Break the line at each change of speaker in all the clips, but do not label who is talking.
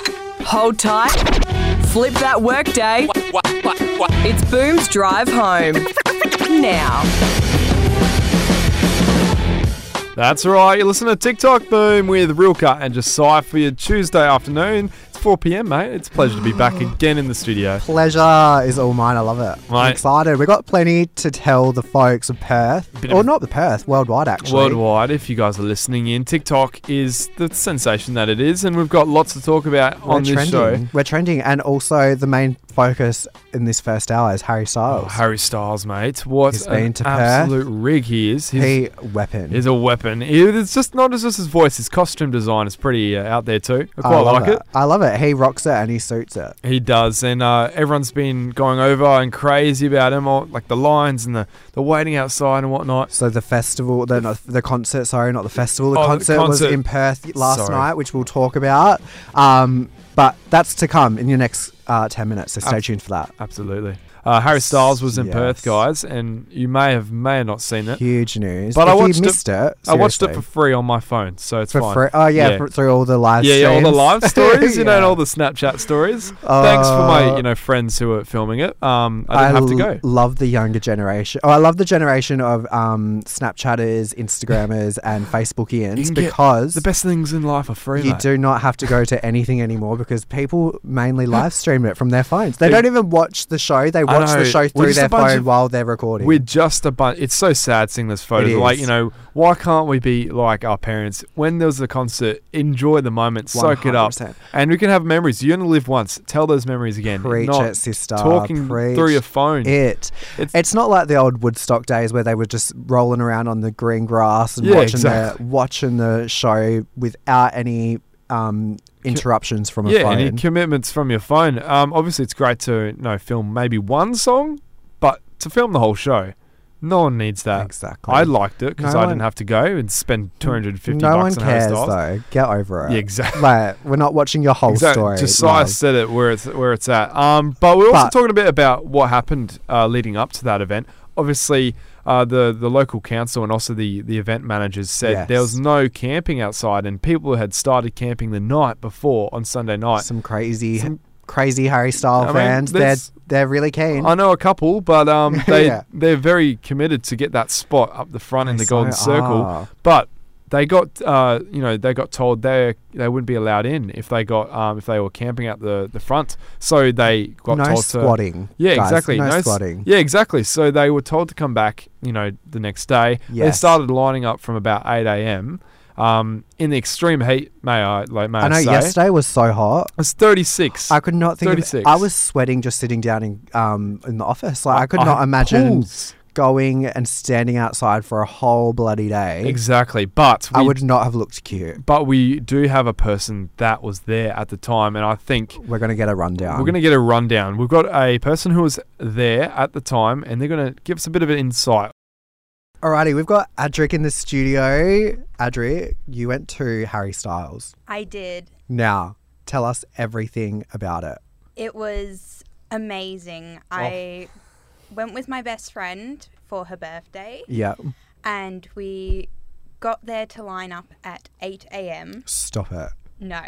Hold tight. Flip that workday. It's Boom's Drive Home. Now.
That's right, you listen to TikTok Boom with Rilka and Josiah for your Tuesday afternoon. It's 4 pm, mate. It's a pleasure to be back again in the studio.
Pleasure is all mine. I love it.
Mate.
I'm excited. We've got plenty to tell the folks of Perth.
Bit of
or
a-
not the Perth, worldwide actually.
Worldwide, if you guys are listening in, TikTok is the sensation that it is, and we've got lots to talk about
We're
on this
trending.
show.
We're trending. And also the main focus in this first hour is Harry
Oh,
Styles.
Harry Styles, mate. What
He's
an
been to Perth.
absolute rig he is. He's,
He weapon.
he's a weapon. He- it's just not just his voice, his costume design is pretty uh, out there too. I quite
I love
like it.
I love it. He rocks it and he suits it.
He does, and uh, everyone's been going over and crazy about him, or, like the lines and the, the waiting outside and whatnot.
So the festival, the, not, the concert, sorry, not the festival. The,
Oh, the
concert, was
concert.
in Perth last
Sorry.
night, which we'll talk about. Um, but that's to come in your next uh, 10 minutes. So stay
Ab-
tuned for that.
Absolutely. Uh, Harry Styles was in Perth,
Yes.
guys, and you may have may have not seen it.
Huge news.
But
if
I watched
you
it-
missed it.
I watched it for
seriously.
free on my phone, so it's
for
fine.
free. Oh yeah,
Yeah.
fr- through all the live
Yeah, yeah, all the
streams.
live stories, you know, and
Yeah.
all the Snapchat stories. Thanks for my,
Uh,
you know, friends who were filming it. Um, I didn't have to
l-
go.
love the younger generation. Oh, I love the generation of um, Snapchatters, Instagrammers, and
You can get
Facebookians because
The best things in life are free.
you
mate.
do not have to go to anything anymore because people mainly live stream it from their phones. They don't even watch the show. They
I
watch
know.
the
We're
show through
just a
their
bunch
phone
of-
while they're recording.
We're just a bunch. It's so sad seeing those photos.
It
Like
is.
you know, why can't we be like our parents? When there was a concert, enjoy the moment, soak it up,
100%.
and we can have memories. You only live once. Tell those memories again.
Preach
not
it, sister.
talking
Preach
through your phone.
It.
It's-
It's, not like the old Woodstock days where they were just rolling around on the green grass and
Yeah,
watching
exactly.
the watching the show without any um, interruptions from a
yeah,
phone.
any commitments from your phone. Um, obviously, it's great to you know film maybe one song, but to film the whole show, no one needs that.
exactly.
I liked it because
No
I
one-
didn't have to go and spend two hundred and fifty
no
bucks
one
on Harry
cares
Styles.
though. Get over it.
Yeah, exactly.
Like we're not watching your whole
Exactly.
story.
Josiah
no.
said it where it's where it's at. Um, but we're also
But-
talking a bit about what happened uh, leading up to that event. Obviously, uh, the the local council and also the the event managers said
Yes.
there was no camping outside, and people had started camping the night before on Sunday night.
some crazy,
Some-
crazy Harry Style
I mean,
fans. they're
this-
they're really keen.
I know a couple, but um, they
Yeah.
they're very committed to get that spot up the front in
They
the Golden
so
Circle.
are.
But they got uh, you know they got told they they wouldn't be allowed in if they got um, if they were camping out the the front. So they got
no
told to
squatting.
Yeah,
guys,
exactly.
No,
s-
squatting.
Yeah, exactly. So they were told to come back, you know, the next day. They
Yes.
started lining up from about 8 a.m. Um, in the extreme heat, may I, like, may I,
I know
say.
yesterday was so hot.
It was 36.
I could not think. Of,
36.
I was sweating just sitting down in um in the office. Like I, could
I
not
had
imagine
pools.
going and standing outside for a whole bloody day.
Exactly. But we,
I would not have looked cute.
but we do have a person that was there at the time, and I think
We're gonna get a rundown.
We're going to get a rundown. We've got a person who was there at the time, and they're going to give us a bit of an insight.
Alrighty, we've got Adric in the studio. Adric, you went to Harry Styles.
I did.
Now, tell us everything about it.
It was amazing. I went with my best friend for her birthday
Yeah.
and we got there to line up at 8 a.m.
Stop it.
No.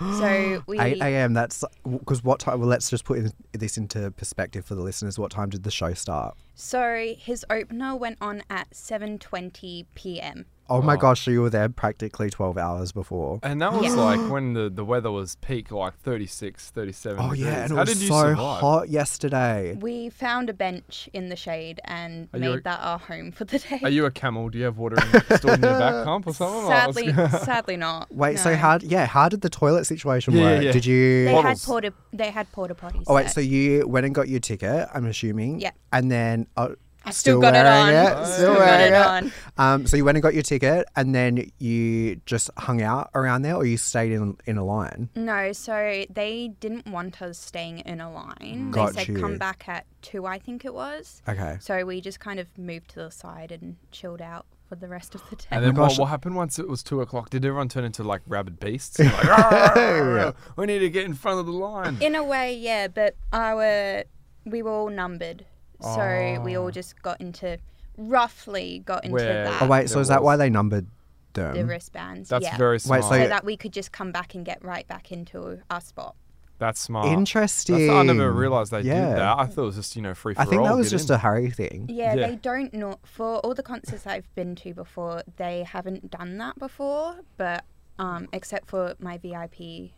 So we
8 a.m. That's because what time? Well, let's just put in, this into perspective for the listeners. What time did the show start?
so his opener went on at 7:20 p.m.
Oh, my gosh, so you were there practically 12 hours before.
And that was like when the, the weather was peak, like 36, 37.
Oh, yeah, and it was so hot yesterday.
We found a bench in the shade and
Are you
made
o-
that our home for the day.
Are you a camel? Do you have water in, stored in your back pump or something? Or what's
sadly,
go-
Oh
sadly not.
Wait, so
no.
how? Yeah, how did the toilet situation
Yeah, yeah,
work?
yeah.
Did you?
they
Bottles.
had porta they had porta potties.
oh wait,
there.
so you went and got your ticket? I'm assuming.
Yeah.
And then. Oh,
I still got it
wearing
on.
It,
Still
still
got
wearing
it
it.
on.
Um, so you went and got your ticket, and then you just hung out around there, or you stayed in in a line.
No, so they didn't want us staying in a line.
Got
they said
you.
come back at two, I think it was.
Okay.
So we just kind of moved to the side and chilled out for the rest of the day.
And then
gosh.
what, what happened once it was two o'clock? Did everyone turn into like rabid beasts? Like, "Arr, we need to get in front of the line.
in a way, yeah, but our we were all numbered, so we all just got into roughly got into
Where-
that.
Oh wait,
There
mm. so is that why
was.
they numbered
the
them.
wristbands.
That's
yeah.
very
Wait,
smart.
So
Yeah.
that we could just come back and get right back into our spot.
That's smart.
Interesting.
That's, I never realised they
Yeah.
did that. I thought it was just, you know, free for
I
all.
think that was
get
just
in.
a hurry thing.
Yeah,
Yeah.
they don't know. For all the concerts I've been to before, they haven't done that before, but um, except for my VIP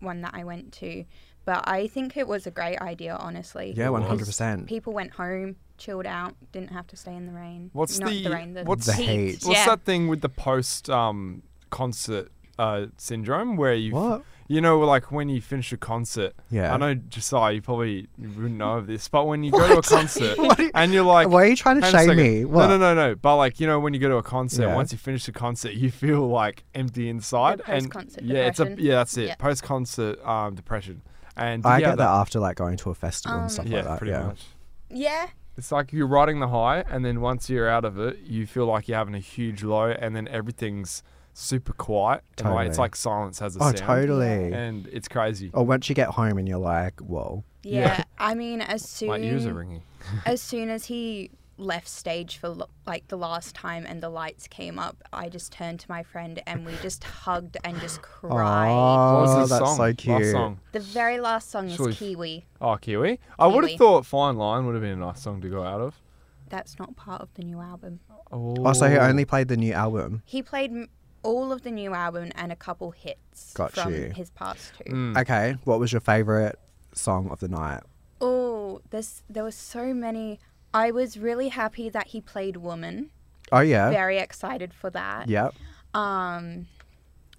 one that I went to. But I think it was a great idea, honestly.
Yeah,
It was-
100%.
People went home, chilled out, didn't have to stay in the rain.
What's
Not the,
the-
rain? The,
what's-
The
heat.
hate.
What's
yeah.
that thing with the post um, concert uh, syndrome where you.
What?
You know, like when you finish a concert.
Yeah.
I know, Josiah, you probably you wouldn't know of this, but when you go to a concert and you're like,
Why are you trying to
Hang on a
shame
second.
me? What?
No, no, no, no. But like you know, when you go to a concert,
Yeah.
once you finish the concert, you feel like empty inside.
The
And
post-concert
yeah, it's a
depression.
yeah, that's it.
Yeah.
Post concert um, depression. And
I
yeah,
get that after like going to a festival
Um,
and stuff
Yeah,
like that.
pretty
yeah.
much.
Yeah.
It's like you're riding the high, and then once you're out of it, you feel like you're having a huge low, and then everything's super quiet. And like, it's
Totally.
like silence has a
Oh,
sound.
totally.
And it's crazy.
Or once you get home and you're like, whoa.
Yeah.
Yeah.
I mean, as soon
My ears are ringing.
as soon as he left stage for lo- like the last time and the lights came up, I just turned to my friend and we just hugged and just cried.
What was
Oh,
his
that's
song?
so
Last
cute.
song.
The very last song
Surely-
is Kiwi.
Oh, Kiwi. I would have
Kiwi.
thought Fine Line would have been a nice song to go out of.
That's not part of the new album.
Oh,
Also, he only played the new album.
He played m- all of the new album and a couple hits
Got
from
you. Mm.
his past two.
Hmm.
Okay, what was your favorite song of the night?
Oh, this there were so many. I was really happy that he played Woman.
Oh yeah,
Very excited for that.
yep.
Um,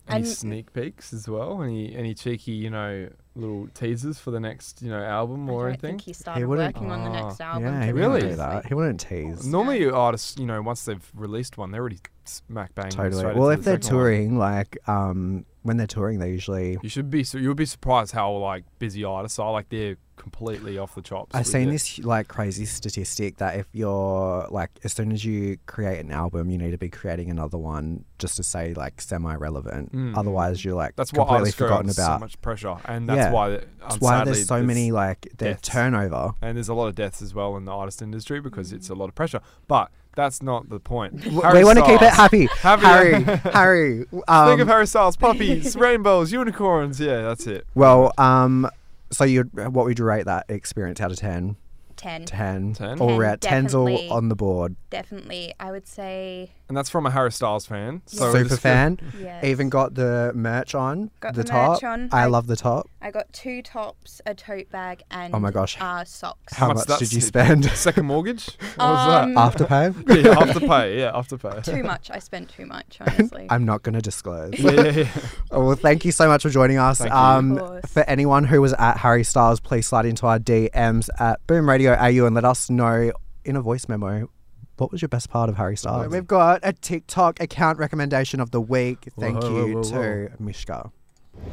any
And-
sneak peeks as well? Any any cheeky, you know, little teasers for the next, you know, album
I
or
don't
anything?
think he started
wouldn't-
working on the
Ah.
next album.
yeah, he
to be
Really?
wouldn't do
honest, like-
that. He wouldn't tease.
Normally, artists, you know, once they've released one, they're already smack bang.
Totally.
straight
Well,
into
if
the
they're
second one.
touring, like um, when they're touring, they usually.
you should be. Su- you'll be surprised how like busy artists are. Like they're completely off the chops.
I've
with
seen
it.
this like crazy statistic that if you're like, as soon as you create an album, you need to be creating another one just to say like semi-relevant. Otherwise, you're like
Hmm. That's what
completely
artists go
forgotten
under so
about.
much pressure, and that's
Yeah.
why. That's
That's why there's so many like their
deaths.
turnover.
And there's a lot of deaths as well in the artist industry because it's a lot of pressure. But that's not the point.
we want to keep it happy.
Happy-
Harry, Harry. Um,
Think of Harry Styles, puppies, rainbows, unicorns. Yeah, that's it.
Well, um, so you what would you rate that experience out of 10?
10.
10.
10?
All
10,
right, 10's all
definitely.
on the board.
Definitely. I would say,
And that's from a Harry Styles fan. So
Super
it's-
fan.
yeah.
Even got the merch on.
Got
the,
the merch
top.
on.
I
I-
love the top.
I got two tops, a tote bag, and
Oh my gosh.
uh, socks.
How much
that's-
did you spend?
Second mortgage? What was
Um,
After pay?
that? Yeah, after pay. Yeah, after pay.
too much. I spent too much, honestly.
I'm not going to disclose.
yeah, yeah, yeah.
Oh, well, thank you so much for joining us.
Thank you.
Of
Um,
course.
for anyone who was at Harry Styles, please slide into our DMs at Boom Radio AU and let us know in a voice memo. What was your best part of Harry Styles? We've got a TikTok account recommendation of the week. Thank
Whoa,
you
whoa, whoa,
to Mishka.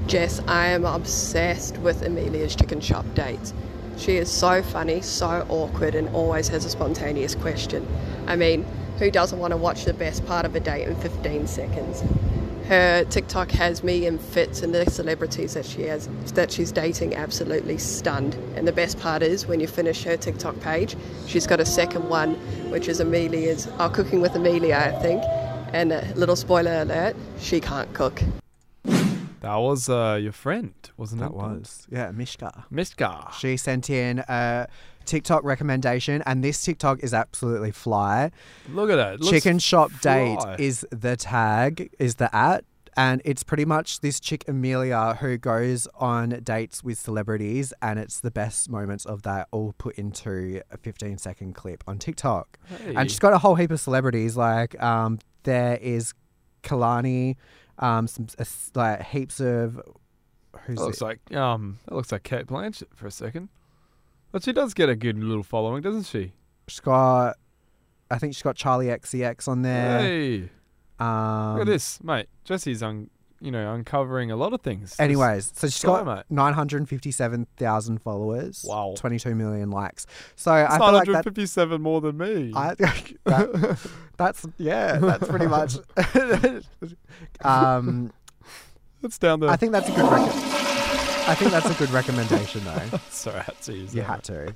Jess, I am obsessed with Amelia's chicken shop dates. She is so funny, so awkward, and always has a spontaneous question. I mean, who doesn't want to watch the best part of a date in 15 seconds? Her TikTok has me and Fitz and the celebrities that she has that she's dating absolutely stunned. And the best part is when you finish her TikTok page, she's got a second one, which is Amelia's oh, cooking with Amelia, I think. And a little spoiler alert, she can't cook.
That was uh, your friend, wasn't it?
yeah, Mishka.
Mishka.
She sent in a TikTok recommendation, and this TikTok is absolutely fly.
Look at that. It looks
chicken shop
fly.
date is the tag, is the at. And it's pretty much this chick Amelia who goes on dates with celebrities, and it's the best moments of that all put into a 15 second clip on TikTok.
Hey.
And she's got a whole heap of celebrities. Like, um, there is Kalani, um, some, uh, s- like heaps of. Who's
That looks
it?
like um, that looks like Kate Blanchett for a second. But she does get a good little following, doesn't she?
She's got, I think she's got Charlie XCX on there.
Hey, look
Um,
at this, mate. Jesse's un, you know, uncovering a lot of things. This-
Anyways, so she's got
Dynamite.
957,000 followers.
Wow.
22 million likes. So
it's
I feel like that.
957 more than me.
I, that- that's, yeah, that's pretty much. um,
it's down there.
I think that's a good rec- I think that's a good recommendation, though.
Sorry, I had to use
You
that.
had to.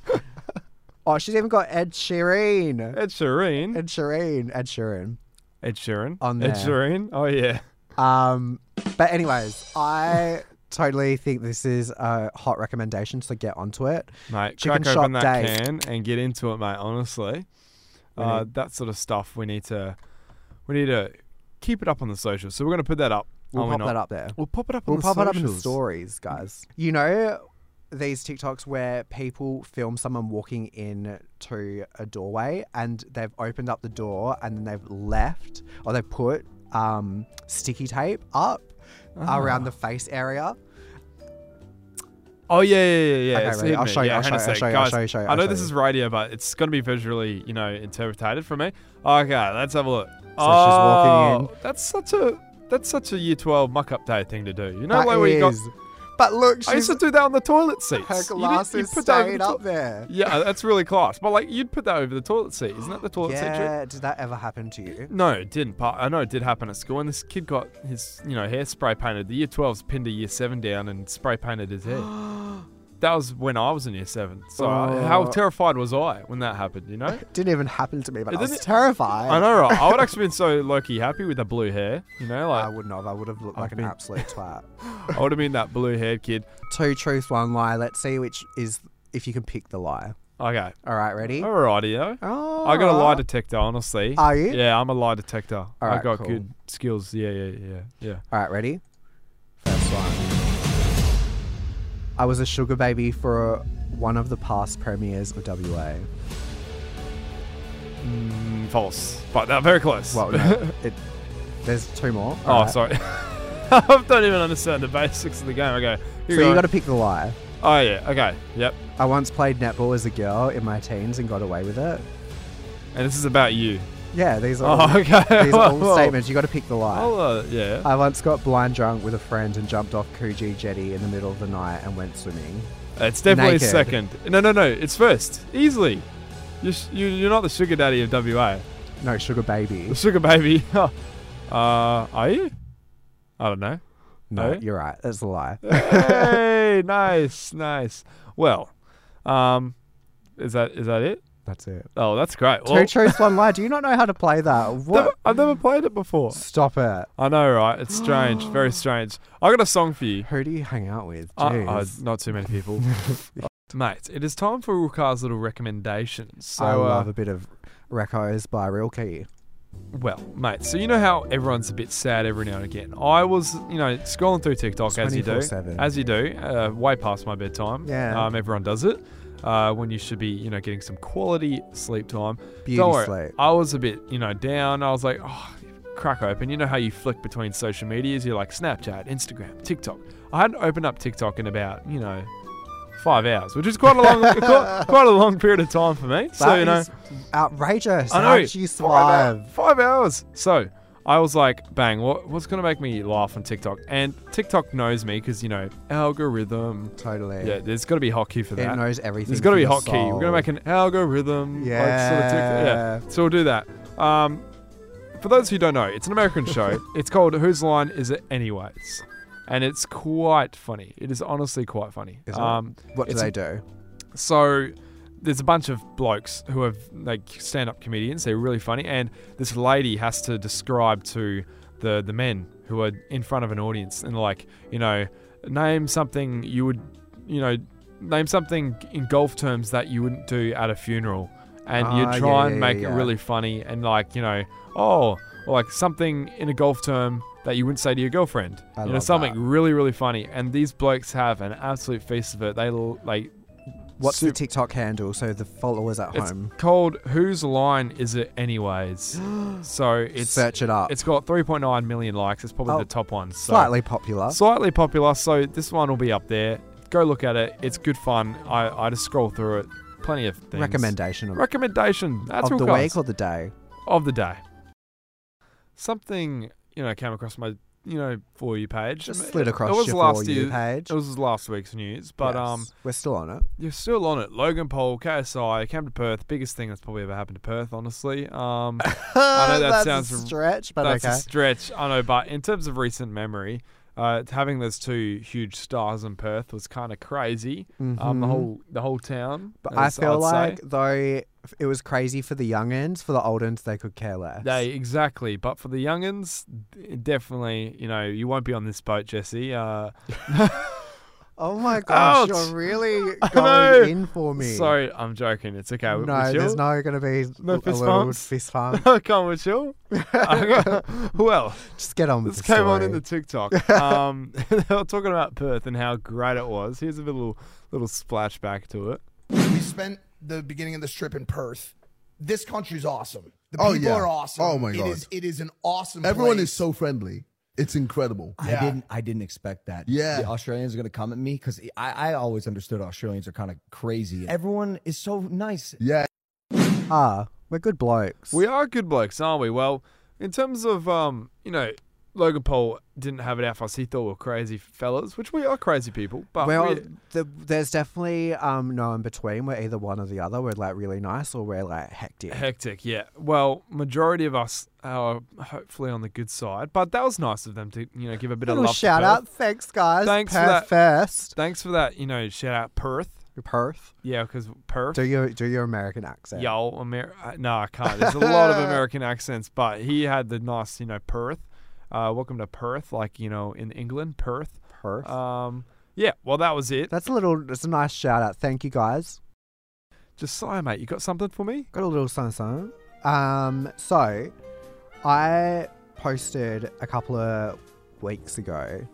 Oh, she's even got Ed Sheeran.
Ed Sheeran.
Ed Sheeran. Ed Sheeran.
Ed Sheeran.
On
Ed
there.
Sheeran. Oh yeah.
Um, but anyways, I totally think this is a hot recommendation, so get onto it.
Mate,
Chicken
crack open
shop
that
day.
can and get into it, mate. Honestly, uh, that sort of stuff we need to we need to keep it up on the socials. So we're gonna put that up.
We'll
are we
pop
not?
that up there.
We'll pop it up.
We'll
on
pop
the
it up in the
socials. Mm.
stories, guys. You know these TikToks where people film someone walking in to a doorway and they've opened up the door and then they've left or they put um, sticky tape up
Ah.
around the face area.
Oh yeah, yeah, yeah, yeah.
Okay,
It's
ready? I'll
hidden.
show you,
Yeah,
I'll
hang on a
show you, I'll
sec.
show you, I'll
Guys,
show you, I'll show you,
I
I'll
know
show
this
you.
is radio, but it's gonna be visually, you know, interpreted for me. Okay, let's have a look. So
walking in.
That's such a that's such a year twelve muck up day thing to do. You know,
That
like where you got.
is- But look,
I used
she's
to do that on the toilet seats.
her
You did-
glasses
you put that over
stayed
the to-
up there.
Yeah, uh, that's really class. But like, you'd put that over the toilet seat, isn't that the toilet seat trick?
Yeah, did that ever happen to you?
No, it didn't. But I know it did happen at school, and this kid got his, you know, hair spray painted. The year 12's pinned a year seven down and spray painted his hair. that was when I was in year seven. So I- how
Oh.
terrified was I when that happened? You know,
Didn't even happen to me, but
It
I was
didn't-
terrified.
I know, right? I would actually been so low key happy with the blue hair. You know,
I
like
wouldn't have. I would have looked
I've
like an
been-
absolute twat.
I would have been that blue haired kid.
Two truths, one lie. Let's see which is if you can pick the lie.
Okay,
All right, ready?
alrighty though.
Oh,
I got a lie detector, honestly.
Are you?
Yeah, I'm a lie detector. I
Alright,
got
cool.
good skills. Yeah, yeah, yeah, yeah.
All right, ready? First one. I was a sugar baby for one of the past premieres of WA.
Mm, false, but they're very close.
Well, no, it, there's two more.
Oh,
All right.
sorry. I don't even understand the basics of the game. Okay.
So
here
you
we
got to pick the lie.
Oh yeah. Okay. Yep.
I once played netball as a girl in my teens and got away with it.
And this is about you.
Yeah, these are all,
Oh, okay.
these are
Well,
all statements. You got to pick the lie.
I'll, uh, yeah.
I once got blind drunk with a friend and jumped off Coogee Jetty in the middle of the night and went swimming.
it's definitely
naked.
second. No, no, no. It's first. Easily. You're, sh- you, you're not the sugar daddy of WA.
No, sugar baby.
The sugar baby. uh, are you? I don't know.
No,
No?
you're right. That's a lie.
hey, nice, nice. Well, um, is that is that it?
That's it.
Oh, that's great.
Two
Well,
truths, one lie. Do you not know how to play that?
never-
What?
I've never played it before.
Stop it.
I know, right? It's strange, very strange. I got a song for you.
Who do you hang out with?
Uh,
Jeez.
uh, not too many people. Mate, it is time for Rukar's little recommendations. So,
I love
uh,
a bit of Recos by Rilke.
well, mate, so you know how everyone's a bit sad every now and again. I was, you know, scrolling through TikTok as you do,
24/7.
as you do, uh, way past my bedtime.
Yeah.
Um, everyone does it. Uh, when you should be, you know, getting some quality sleep time.
Beauty
Don't worry,
sleep.
I was a bit, you know, down. I was like, oh, crack open. You know how you flick between social medias? You're like Snapchat, Instagram, TikTok. I hadn't opened up TikTok in about, you know, five hours, which is quite a long, quite, quite a long period of time for me. so
That
you know,
is outrageous.
I
How
know
did you
five, hou-
survive?
five hours. So I was like, bang, what, what's gonna make me laugh on TikTok? And TikTok knows me because you know algorithm.
Totally.
Yeah, there's got to be hotkey for that.
It knows everything.
There's got to be
from your
hotkey. We're gonna
soul.
make an algorithm. Like, sort of
Yeah.
TikTok. yeah. So we'll do that. Um, for those who don't know, it's an American show. It's called Whose Line Is It Anyways? And it's quite funny. It is honestly quite funny.
Is it?
um,
What do
it's a-
they do?
so there's a bunch of blokes who are like stand-up comedians. They're really funny, and this lady has to describe to the the men who are in front of an audience and like you know name something you would you know name something in golf terms that you wouldn't do at a funeral, and you
Ah,
try
yeah,
and
yeah,
make
yeah.
it really funny and like you know oh or like something in a golf term that you wouldn't say to your girlfriend.
I
you know
love
something
that.
really really funny, and these blokes have an absolute feast of it. They l- like
What's
Sup-
the TikTok handle so the followers at
it's
home
called Whose Line Is It Anyways? so it's
search it up?
it's got 3.9 million likes. It's probably
Oh,
the top one. So
Slightly popular.
slightly popular. So this one will be up there. Go look at it. It's good fun. I, I just scroll through it. Plenty of things.
Recommendation of,
Recommendation. That's
of
all
the
guys.
week or the day.
of the day. Something you know came across my you know for you page.
Just slid across
it was
your For
last
You
year-
page.
It was last week's news, but
Yes.
um,
we're still on it.
you're still on it. Logan Paul, KSI, came to Perth. Biggest thing that's probably ever happened to Perth, honestly. Um, I know that
Uh, That's
sounds-
a stretch, but
that's
okay.
a stretch. I know, but in terms of recent memory, uh, having those two huge stars in Perth was kind of crazy. Um, the whole the whole town.
Mm-hmm. But
as
I feel
I'd say.
like though it was crazy for the young ends, for the old ends they could care less.
They exactly, but for the youngins, d- definitely. You know, you won't be on this boat, Jesse. Uh,
oh my
Ouch.
gosh, you're really
know.
going in for me.
sorry, I'm joking. It's okay. we- we
No, there's
chill.
no going to be
No
a
fist
little
bumps?
fist bump.
Come on, chill. well,
Just get on with
this
the
came on in the
story.
TikTok. Um, they were talking about Perth and how great it was. Here's a little little splashback to it.
We spent the beginning of this trip in Perth. This country's awesome. The people
Oh, yeah.
are awesome.
Oh, my
It
God.
is it is an awesome
Everyone
place.
is so friendly. It's incredible.
Yeah.
I didn't. I didn't expect that.
Yeah.
the Australians are going to come at me because I, I always understood Australians are kind of crazy. Everyone is so nice.
Yeah.
Ah, we're good blokes.
We are good blokes, aren't we? Well, in terms of um, you know, Logan Paul didn't have it out for us. He thought we were crazy fellas, which we are crazy people. But
well,
we-
the, there's definitely um, no in between. We're either one or the other. We're like really nice or we're like hectic.
Hectic, yeah. Well, majority of us are hopefully on the good side, but that was nice of them to you know give a bit
Little
of love. to
shout
Perth.
out. Thanks, guys.
Thanks for that.
Perth first.
Thanks for that. You know, shout out Perth.
Perth.
Yeah, because Perth.
Do your do your American accent.
Yo, Amer- uh, no, I can't. There's a lot of American accents, but he had the nice, you know, Perth. Uh, welcome to Perth, like you know, in England, Perth.
Perth.
Um, yeah. Well, that was it.
That's a little. That's a nice shout out. Thank you, guys.
Josiah, mate, you got something for me?
Got a little something, something. Um, so I posted a couple of weeks ago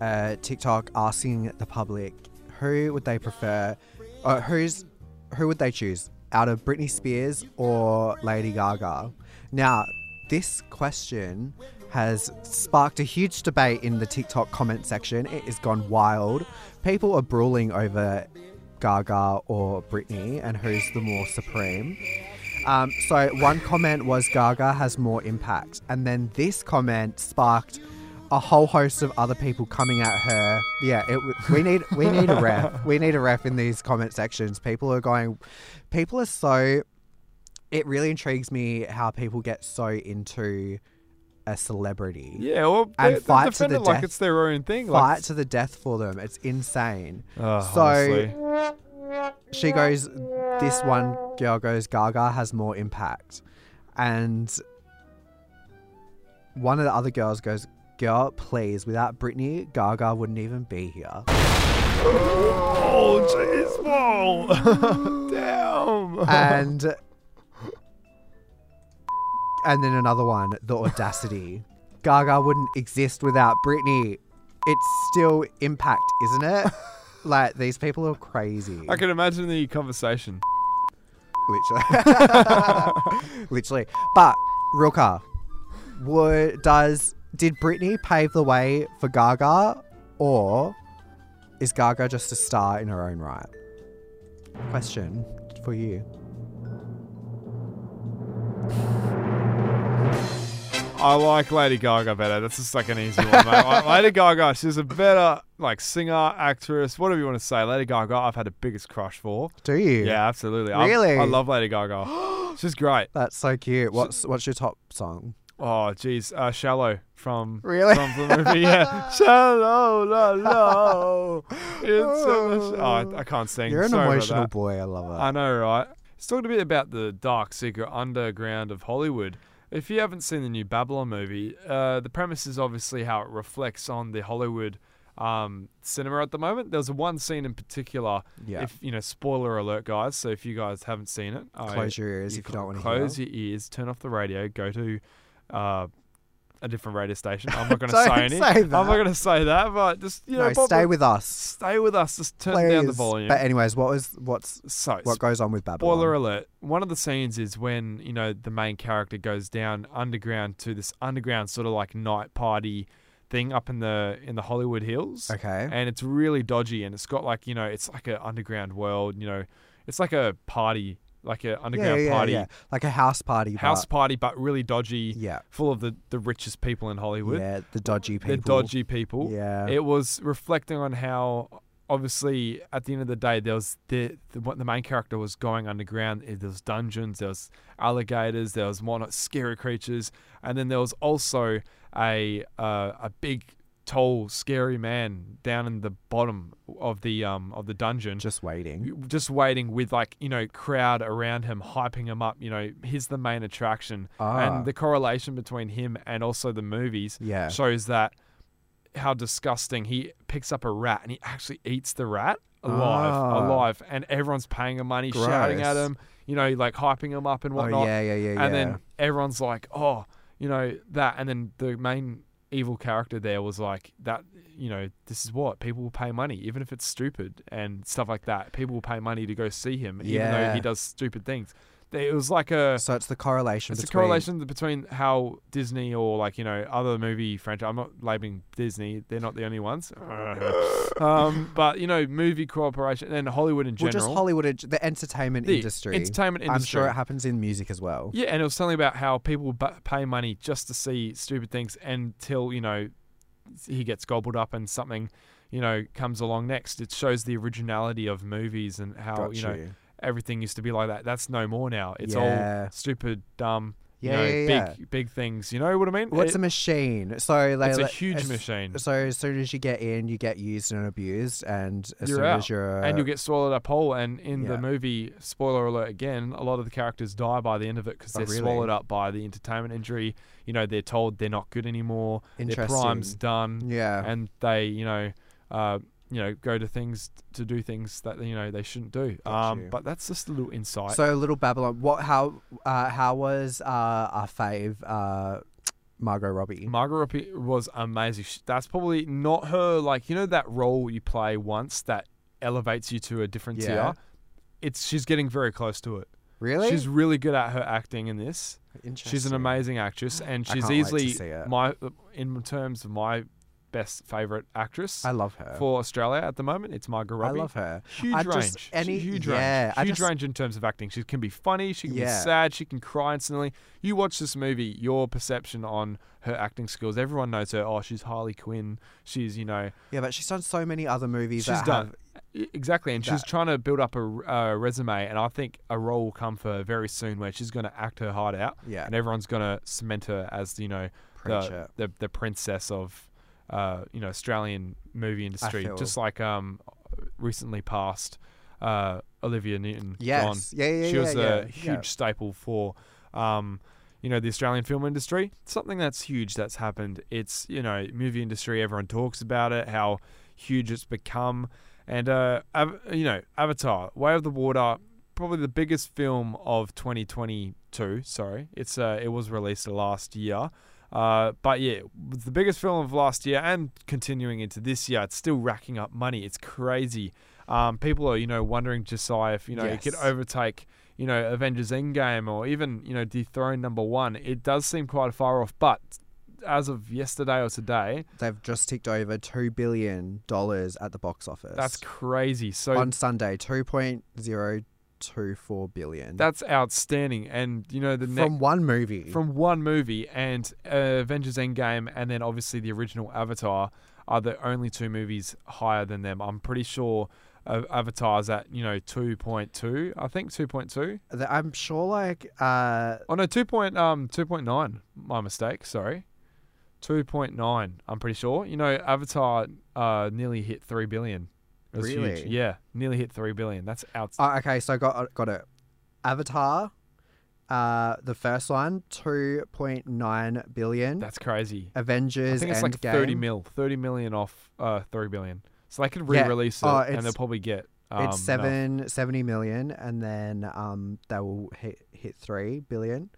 a TikTok asking the public who would they prefer, or who's who would they choose out of Britney Spears or Lady Gaga. Now, this question has sparked a huge debate in the TikTok comment section. It has gone wild. People are brawling over Gaga or Britney and who's the more supreme. Um, so one comment was Gaga has more impact, and then this comment sparked a whole host of other people coming at her. Yeah, it, w- we need we need a ref. We need a ref in these comment sections. People are going. People are so. It really intrigues me how people get so into a celebrity.
Yeah. Well,
And
they, they
fight to
defend
the
it like
death.
it's their own thing.
Fight
Like,
to the death for them. It's insane.
Oh,
so
honestly.
she goes, this one girl goes, Gaga has more impact. And one of the other girls goes, Girl, please, without Britney, Gaga wouldn't even be here.
Oh, jeez, whoa. Damn.
And. And then another one, the audacity. Gaga wouldn't exist without Britney. It's still impact, isn't it? like, these people are crazy.
I can imagine the conversation.
literally, literally. But Rilka, would does did Britney pave the way for Gaga, or is Gaga just a star in her own right? Question for you.
I like Lady Gaga better. That's just like an easy one, mate. Like, Lady Gaga, she's a better like singer, actress, whatever you want to say. Lady Gaga, I've had the biggest crush for.
Do you?
Yeah, absolutely. I'm-
Really?
I love Lady Gaga. she's great.
That's so cute. What's what's your top song?
Oh, geez, uh, "Shallow" from
Really?
from the movie. Yeah, "Shallow, la la." It's so much. Oh, I- I can't sing.
You're an
Sorry about
emotional
that.
boy. I love it.
I know, right? It's talking a bit about the dark secret underground of Hollywood. If you haven't seen the new Babylon movie, uh, the premise is obviously how it reflects on the Hollywood um, cinema at the moment. There's one scene in particular.
Yeah.
If you know, spoiler alert, guys. So if you guys haven't seen it, I-
Close your ears if you
can
don't wanna hear.
Close your ears. Turn off the radio. Go to. Uh, a different radio station. I'm not going to
Don't
say any.
say
I'm not
that.
going to say that, but just you know,
no, stay
pop-
with us.
stay with us. Just turn
Please.
down the volume.
But anyways, what was what's
so
what goes on with Babylon?
Spoiler alert. One of the scenes is when, you know, the main character goes down underground to this underground sort of like night party thing up in the in the Hollywood Hills.
Okay.
And it's really dodgy and it's got like, you know, it's like an underground world, you know. It's like a party, like an
yeah,
underground
yeah,
party.
yeah. Like a house party.
House
but-
party but really dodgy.
Yeah.
Full of the the richest people in Hollywood.
Yeah, the dodgy people.
They're dodgy people.
Yeah.
It was reflecting on how obviously at the end of the day there was the, the what the main character was going underground. eh, There was dungeons, there was alligators, there was more scary creatures, and then there was also a uh, a big tall, scary man down in the bottom of the um of the dungeon,
Just waiting.
just waiting with like you know crowd around him hyping him up you know he's the main attraction
Ah.
and the correlation between him and also the movies
Yeah.
shows that how disgusting he picks up a rat and he actually eats the rat alive
Ah.
alive and everyone's paying him money shouting at
Gross.
him you know like hyping him up and
Oh,
whatnot
yeah, yeah, yeah,
and
yeah.
then everyone's like oh you know that and then the main evil character there was like that you know this is what people will pay money even if it's stupid and stuff like that people will pay money to go see him even though
Yeah.
he does stupid things They- it was like a
So it's the correlation.
it's a
between,
correlation between how disney or like you know other movie franchise i'm not labeling disney they're not the only ones um but you know movie cooperation and hollywood in
Well,
general
just Hollywood, and- the entertainment
The
industry.
entertainment
I'm sure
industry.
it happens in music as well.
Yeah, and it was something about how people bu- pay money just to see stupid things until you know he gets gobbled up and something you know comes along next. It shows the originality of movies and how
Got
you know
you.
everything used to be like that. That's no more now. It's
Yeah.
all stupid, dumb,
Yeah,
you know,
yeah, yeah.
big big things. You know what I mean?
What's
It-
a machine? So they
It's a
let-
huge
as-
machine.
So as soon as you get in, you get used and abused, and as
you're
soon
out,
as you're uh,
and you'll get swallowed up whole. And in
Yeah.
the movie, spoiler alert again, a lot of the characters die by the end of it because
Oh,
they're
really?
swallowed up by the entertainment injury. You know, they're told they're not good anymore. Their prime's
Interesting.
done.
uh, yeah,
and they you know uh, you know go to things to do things that you know they shouldn't do um,
you.
but that's just a little insight
So Little Babylon. What? How? Uh, how was uh, our fave uh, Margot Robbie?
Margot Robbie was amazing Sh- that's probably not her like you know that role you play once that elevates you to a different
Yeah.
tier it's she's getting very close to it
really?
she's really good at her acting in this
Interesting.
she's an amazing actress and
I
she's
can't wait to
easily
see it.
my in terms of my best favorite actress
I love her.
for Australia at the moment. It's Margot
I
Robbie.
love her.
Huge
I
range.
just-
She's
any-
huge
yeah,
range.
I
Huge
just-
range in terms of acting. She can be funny. She can
Yeah.
be sad. She can cry instantly. You watch this movie, your perception on her acting skills. Everyone knows her. Oh, she's Harley Quinn. She's you know
Yeah, but she's done so many other movies.
she's
that
done
have-
E- exactly, and she's trying to build up a r- uh, resume. And I think a role will come for her very soon where she's going to act her heart out.
Yeah.
and everyone's going to cement her as you know
Preach
the,
it.
the the princess of uh, you know Australian movie industry,
feel-
just like um recently passed uh, Olivia Newton.
Yes. Yeah, yeah,
she was
yeah,
a
yeah,
huge
yeah.
staple for. Um, you know the Australian film industry. Something that's huge that's happened. It's you know movie industry. Everyone talks about it. How huge it's become, and uh, av- you know Avatar, Way of the Water, probably the biggest film of 2022. Sorry, it's uh, it was released last year. Uh, but yeah, it was the biggest film of last year and continuing into this year, it's still racking up money. It's crazy. Um, people are, you know, wondering Josiah if, you know, it could
Yes.
overtake, you know, Avengers Endgame or even, you know, dethrone number one. It does seem quite far off, but as of yesterday or today,
They've just ticked over two billion dollars at the box office.
that's crazy. So
on Sunday. Two point zero two four billion.
that's outstanding. And, you know, the next.
from one movie.
from one movie and uh, Avengers Endgame and then obviously the original Avatar are the only two movies higher than them. I'm pretty sure uh, Avatar's at, you know, 2.2, I think 2.2.
Th- I'm sure, like, uh,
Oh no, 2. Point, um 2.9. My mistake, sorry. 2.9, I'm pretty sure. You know, Avatar uh nearly hit 3 billion. It was huge.
Really?
Yeah, nearly hit 3 billion. That's out
oh, okay, so got got it. Avatar, uh, the first one, two point nine billion.
That's crazy. I
Avengers
think it's
Endgame.
like 30 mil, 30 million off uh 3 billion. So they could re-release
Oh,
it
it's-
and they'll probably get um,
it's
no.
seven seventy million, and then um, they will hit hit three billion.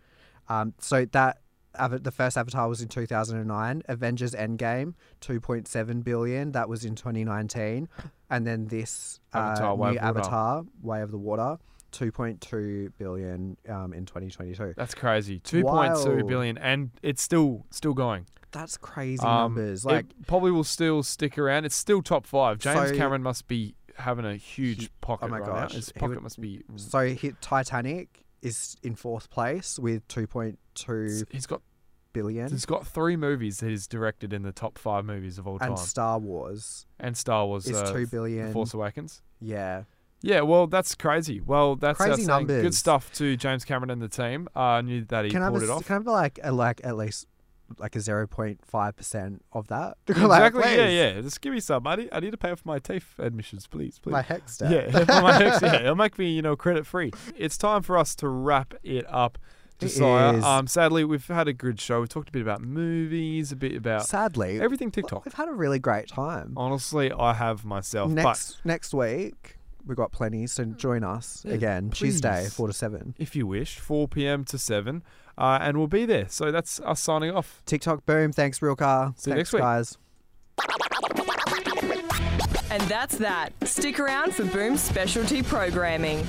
Um, so that Ava- the first Avatar was in two thousand and nine. Avengers Endgame two point seven billion. That was in twenty nineteen, and then this uh,
Avatar, Way
new
of Water.
Avatar Way of the Water two point two billion um, in twenty twenty two.
That's crazy. Two point two
Wow.
billion, and it's still still going.
That's crazy
Um,
numbers.
it
Like
probably will still stick around. It's still top five. James
So-
Cameron must be having a huge
He-
pocket.
oh my
right now.
gosh,
his
he
pocket
would-
must be.
so, hit Titanic is in fourth place with two point two
He's got
billion,
he's got three movies that he's directed in the top five movies of all time,
and Star Wars
and Star Wars
is
uh,
two
The
billion.
Force Awakens.
Yeah.
Yeah, well, that's crazy. Well, that's
Crazy
outstanding. Good
numbers.
stuff to James Cameron and the team. Uh, I knew that he
Can I, have
pulled
a,
it
s-
off.
can I have like a, like at least like a 0.5% of that.
Exactly.
Like,
yeah,
please.
yeah. Just give me some. I need, I need to pay off my TAFE E admissions, please, please.
My E hex debt.
Yeah, for my hex, yeah. It'll make me, you know, credit free. It's time for us to wrap it up, Josiah.
is.
Um, sadly, we've had a good show. We've talked a bit about movies, a bit about
Sadly,
everything TikTok. Oh,
we've had a really great time.
Honestly, I have myself.
next next week we got plenty, so join us again Tuesday
please.
four to seven.
But if you wish, 4 p.m. to 7, uh, and we'll be there. So that's us signing off.
TikTok boom. Thanks, Real Car.
See you
Thanks,
next week.
guys.
And that's that. Stick around for Boom's specialty programming.